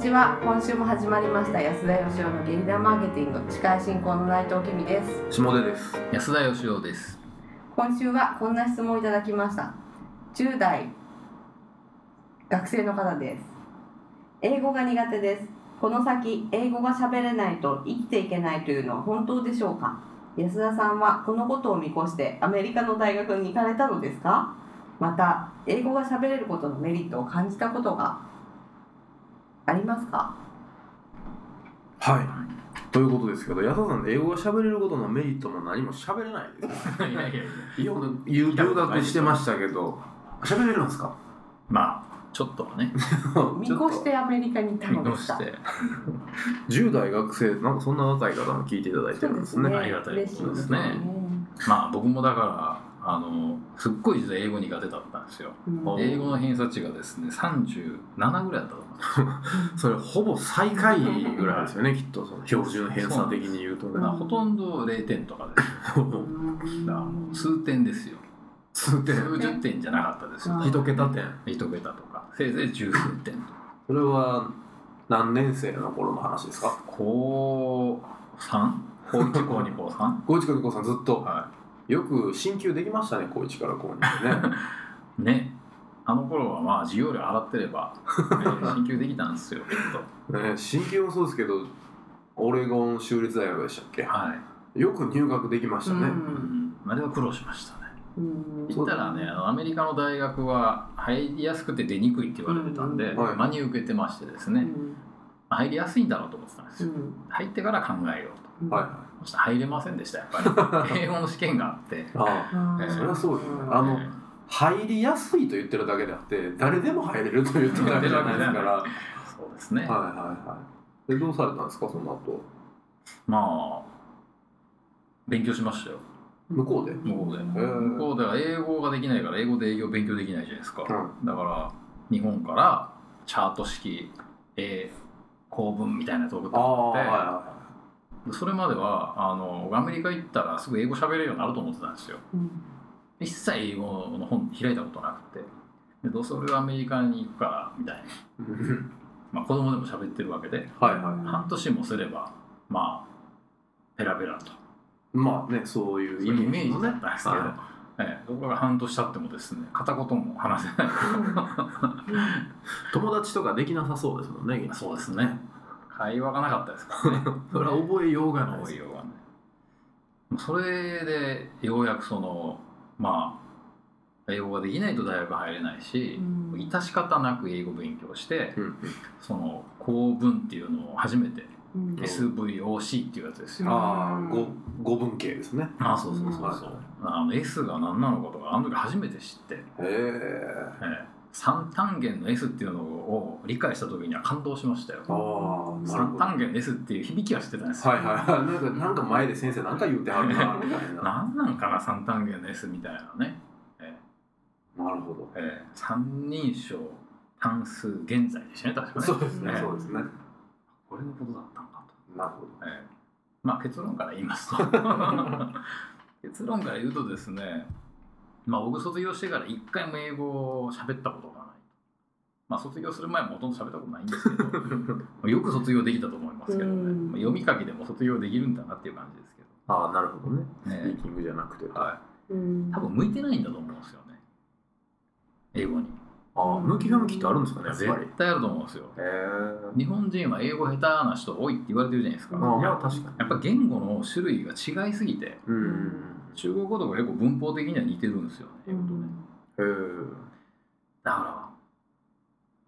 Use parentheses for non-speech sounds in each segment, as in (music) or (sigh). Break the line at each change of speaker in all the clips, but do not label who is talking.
ちは今週も始まりました安田義生のゲリラマーケティング司会進行の内藤君です
下手です
安田義雄です。
今週はこんな質問をいただきました10代学生の方です英語が苦手ですこの先英語が喋れないと生きていけないというのは本当でしょうか安田さんはこのことを見越してアメリカの大学に行かれたのですかまた英語が喋れることのメリットを感じたことがありますか
はいということですけど安田さん英語が喋れることのメリットも何も喋れないです
いやいやいや
いや俺留学してましたけど喋れるんです (laughs) か
まあちょっとはね
見越してアメリカに行ったのでした
見越して
10代学生なんかそんな若い方も聞いていただいてるんですね
ありがたいことですねまあ僕もだからあのすっごい実は英語苦手だったんですよ
うん
英語の偏差値がですね37ぐらいだったと思う
それほぼ最下位ぐらいですよねきっとその標準偏差的に言うと
そう
ね
まあほとんど0点とかですよだからもう数点ですよ
数点
数十点じゃなかったですよ
うん
一桁点
一桁とかせいぜい十数点とか
それは何年生の頃の話ですか
高 3? 高1高2高 3?
高一から高三ずっと
は
よく進級できましたね高一から高二でね
いねあの頃はまあ授業料払ってれば、ね、進級できたんですよきっと
ね進級もそうですけどオレゴン州立大学でしたっけ
はい
よく入学できましたね、
うんあれは苦労しましたね。
うん
行ったらね、あのアメリカの大学は入りやすくて出にくいって言われてたんで、
うん
はい
真に受けてましてです
う
ね、
ん
入りやすいんだろうと思ってたんですよ。入ってから考えようと。
うん
はいはい
そしたら入れませんでした、やっぱり。英語の試験があって。
あ
うん
ええ
そりゃそうですね
ん
あの入りやすいと言ってるだけであって誰でも入れると言ってるだけじゃないですから (laughs) は
そうですね。
いはいはいでどうされたんですかその後
まあ、勉強しましたよ。
向こうで
向こうで
へえ
向こうでは英語ができないから、英語で営業勉強できないじゃないですか。
う
だから、日本からチャート式、英、公文みたいなとこ送って
ああ
も
はい
らって。
は
それまではあのアメリカ行ったらすぐ英語喋れるようになると思ってたんですよ
うん
一切英語の本開いたことなくてでどうせ俺はアメリカに行くからみたいな、
いうん
まあ、子供でも喋ってるわけで
はいは
半年もすればまあペラペラと
いまあねそうい
そうう
イ
いうイ
メ
メ
ー
ー
ジ
ジ
も
だ
ね
ったんですけど、
は
ええ、そこから半年経ってもですね片言も話せない
友達とかできなさそうですもんね (laughs) 今
そうですね会話がなかったですからね
それは覚えようがない
多いようがねそれでようやくそのまあ英語ができないと大学入れないし、
うん
致し方なく英語勉強して
うん
その構文っていうのを初めて
うん
ん
SVOC っていうやつですよ、
ああ
う
ご
ん
語文系ですね
あそうそうそうそう、あの S が何なのかとかあの時初めて知って、え
へえ
え三単元の S っていうのを理解した時には感動しましたよ
ああなる
三
ほどは
単元の S っていう響きは知ってたんです
い
よ、
はいはいなんかなんか前で先生なんか言うてはるなみたい (laughs) な
何なんかな三単元の S みたいなね、
なるほど
ええ三人称単数現在でしたね確かね
そうですね、
ええ
そうですね。なる
これのことだったんだと
ほど。
ええまあ結論から言いますと結論から言うとですねまあ僕卒業してから一回も英語を喋ったことがないまあ卒業する前もほとんど喋ったことないんですけどよく卒業できたと思いますけどね、
うん
まあ読み書きでも卒業できるんだなっていう感じですけ
ああ、なるほどね。スピ
ど、ね
ーキングじゃなくて。あ
は
うん
い、多分向いてないんだと思うんですよね英語に
あ、向き不向きってあるんですかね、やっぱり。
絶対あると思うんですよ
え
日本人は英語下手な人多いって言われてるじゃないですか、
うん
いや、確かに。
やっぱ言語の種類が違いすぎて
うんうん
中国語とか結構文法的には似てるんですよね
う
英語とね
ん
うん。
だから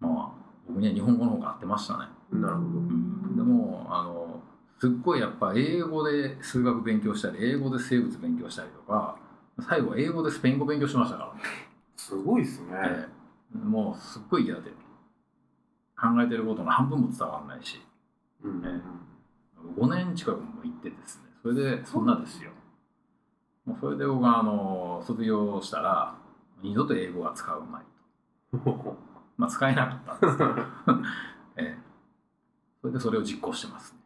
まあ僕には日本語の方が合ってましたね、
なるほど
うんでもあのすっごいやっぱ英語で数学勉強したり英語で生物勉強したりとか最後は英語でスペイン語勉強しましたか
すごいですね。
ら、ええもうすっごい嫌で考えてることの半分も伝わらないし
うん
え5年近くも行ってですねそれでそんなですよもうそれで僕はあの卒業したら二度と英語は使うまいと。まあ、使えなかったんですけど、ええそれでそれを実行してます、ね。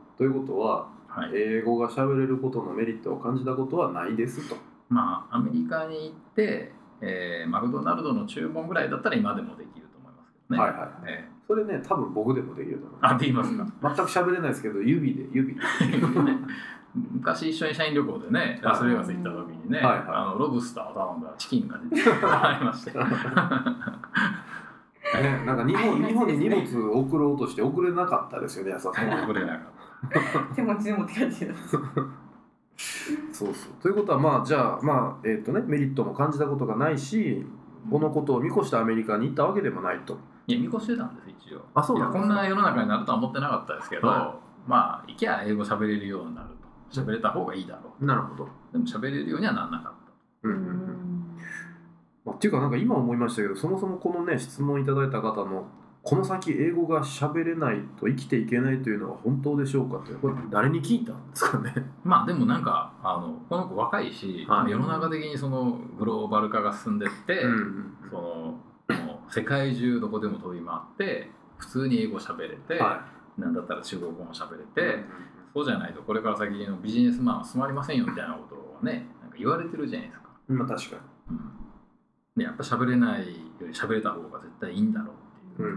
(laughs) ということは、
はい、
英語が喋れることのメリットを感じたことはないですと。
まあアメリカに行って、ええマクドナルドの注文ぐらいだったら今でもできると思いますけね、
はいはい
ええ
それね多分僕でもできると思う
あって言いますか
全く喋れないですけど指で指で
昔一緒に社員旅行でねラスベガス行った時にね、
はいはい
あのロブスターを頼んだらチキンが出
(laughs)
てきてありまして
ね、なんか日本日本に荷物を送ろうとして送れなかったですよね、安田さんは。
これなんか
手持ちで持って帰ってきた
そうそうということは、まあ、じゃあ、まあえーとね、メリットも感じたことがないし、このことを見越してアメリカに行ったわけでもないと。
いや見越してたんです一応
あそうなん
い
で
や
すか
こんな世の中になるとは思ってなかったですけど、
は
まあ行きゃ英語喋れるようになると喋れた方がいいだろ
なるほど。
うでも喋れるようにはなんなかっ
うんうんうんまあ、っていうか、なんか今思いましたけど、そもそもこのね、質問いただいた方の、この先英語が喋れないと生きていけないというのは本当でしょうかって、これ誰に聞いたんですかね。
たまあでもなんかあのこの子若いし、
はい
世の中的にそのグローバル化が進んでって、
うんうん
そのもう世界中どこでも飛び回って普通に英語喋れて、
は
なんだったら中国語も喋れ
い、
て、そうじゃないとこれから先のビジネスマンは進まりませんよみたいなことをねなんか言われてるじゃないですか。
まあ確かに。
でやっぱ喋れないより喋れた方が絶対いいんだろうっていう、
うん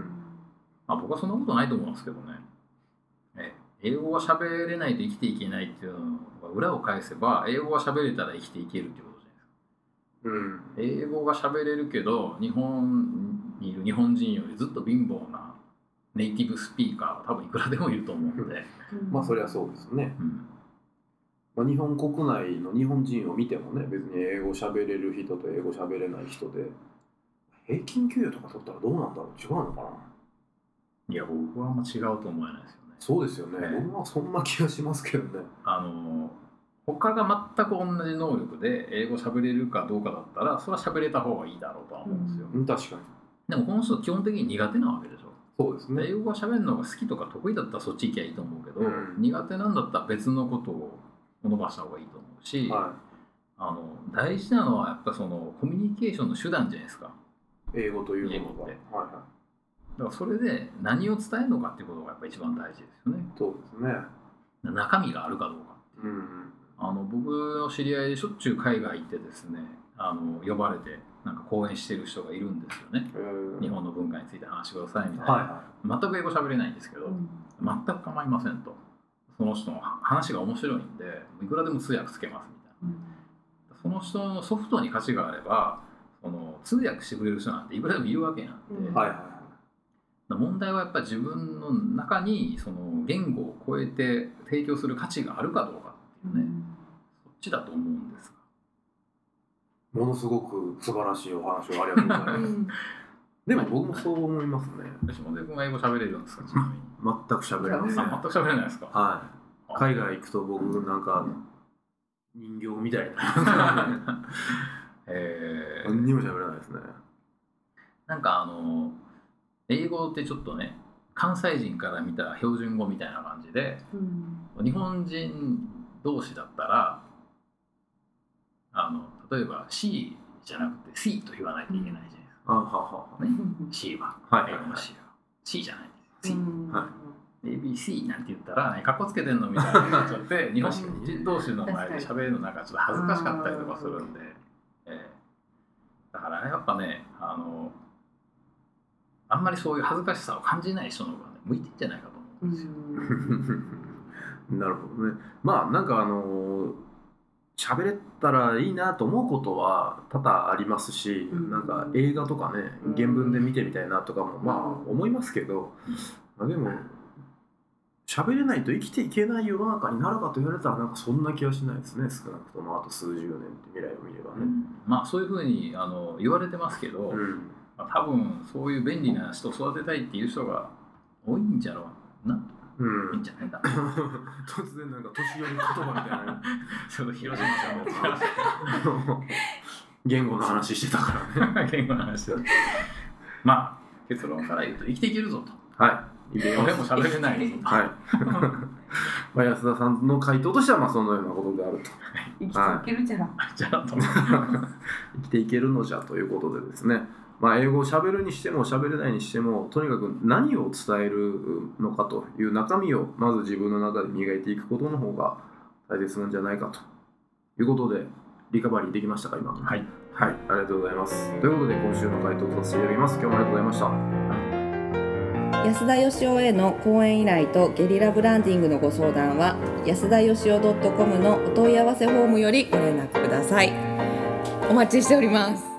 まあ、僕はそんなことないと思うんですけどねええ英語が喋れないと生きていけないっていうのが裏を返せば英語が喋れたら生きていけるってことじ
うん
ゃないですか英語が喋れるけど日本にいる日本人よりずっと貧乏なネイティブスピーカーは多分いくらでもいると思うんで、
まあそりゃそうですね。
うん
まあ、日本国内の日本人を見てもね別に英語喋れる人と英語喋れない人で平均給与とか取ったらどうなんだろう違うのかない
や僕はあんま違うと思えないですよね
そうですよね、
ね
僕はそんな気がしますけどね
あの他が全く同じ能力で英語喋れるかどうかだったらそれは喋れた方がいいだろうとは思うんですよ、
うん確かに
でもこの人基本的に苦手なわけでしょ
そうですね
英語が喋るのが好きとか得意だったらそっち行きゃいいと思うけど、
うん
苦手なんだったら別のことを伸ばした方がいいと思うし、
は
あの大事なのはやっぱそのコミュニケーションの手段じゃないですか
い英語というものがはい
英語っ
は
だからそれで何を伝えるのかっていうことがやっぱ一番大事ですよね
いそうですね
中身があるかどうか
うん
あの僕の知り合いでしょっちゅう海外行ってですねあの呼ばれてなんか講演してる人がいるんですよね
えー
日本の文化について話してくださいみたいな、
はいは
全く英語喋れないんですけど、全く構いませんとその人の話が面白いんでいくらでも通訳つけますみたいなその人のソフトに価値があればその通訳してくれる人なんていくらでもいるわけなんで、
うん
いはい
い
は
問題はやっぱり自分の中にその言語を超えて提供する価値があるかどうかっていうね、そっちだと思うんです
いものすごく素晴らしいお話をありがとうござい (laughs) ますでも僕もそう思いますね
が下出君は英語喋れるんです (laughs) かちなみに
全く喋れません
あ全く喋れないですか
はい海外行くと僕なんか人形みたいな
え
(laughs)
ー
何にも喋らないですね
なんかあの英語ってちょっとね関西人から見たら標準語みたいな感じで日本人同士だったらあの例えば C じゃなくて C と言わないといけないじゃないですか
あははは
C は
はい
英
はい
語
は
の
い
C は C じゃないです C ABC なんて言ったら、ね、かっこつけてんのみたいになっちゃって (laughs) 日本人同士の前で喋るのなんかちょっと恥ずかしかったりとかするんで、ええだからねやっぱねあのあんまりそういう恥ずかしさを感じない人の方が、ね、向いてんじゃないかと思うんです
(laughs)
よ。
なるほどねまあなんかあのー喋れたらいいなと思うことは多々ありますし、
うん
なんか映画とかね
うん
原文で見てみたいなとかもま
う
あ思いますけど、まあ、でも喋れないと生きていけない世の中になるかと言われたらなんかそんな気はしないですね少なくともあと数十年って未来を見れば
う
ね。
んまあそういうふうにあの言われてますけど、
うん
まあ、多分そういう便利な人を育てたいっていう人が多いんじゃろうな
うん
いいんじゃないか
(laughs) 突然なんか年寄り言葉みたいな。
ちょっと広島さんの
言語の話してたからね。
言語の話だまあ結論から言うと生きていけるぞと
はい。
俺も喋れないぞ
(laughs)
と
はい。まあ安田さんの回答としてはまあそのようなことであると。
(laughs) 生き続けるじゃん。
じゃあと
生きていけるのじゃということでですね。まあ英語を喋るにしても喋れないにしてもとにかく何を伝えるのかという中身をまず自分の中で磨いていくことの方が大切なんじゃないかということでリカバリーできましたか今。
はい
はい、ありがとうございます。ということで今週の回答とさせていただきます。今日もありがとうございました。
ありがとうございました
安田義雄への講演依頼とゲリラブランディングのご相談は安田義雄 .com のお問い合わせフォームよりご連絡くださいお待ちしております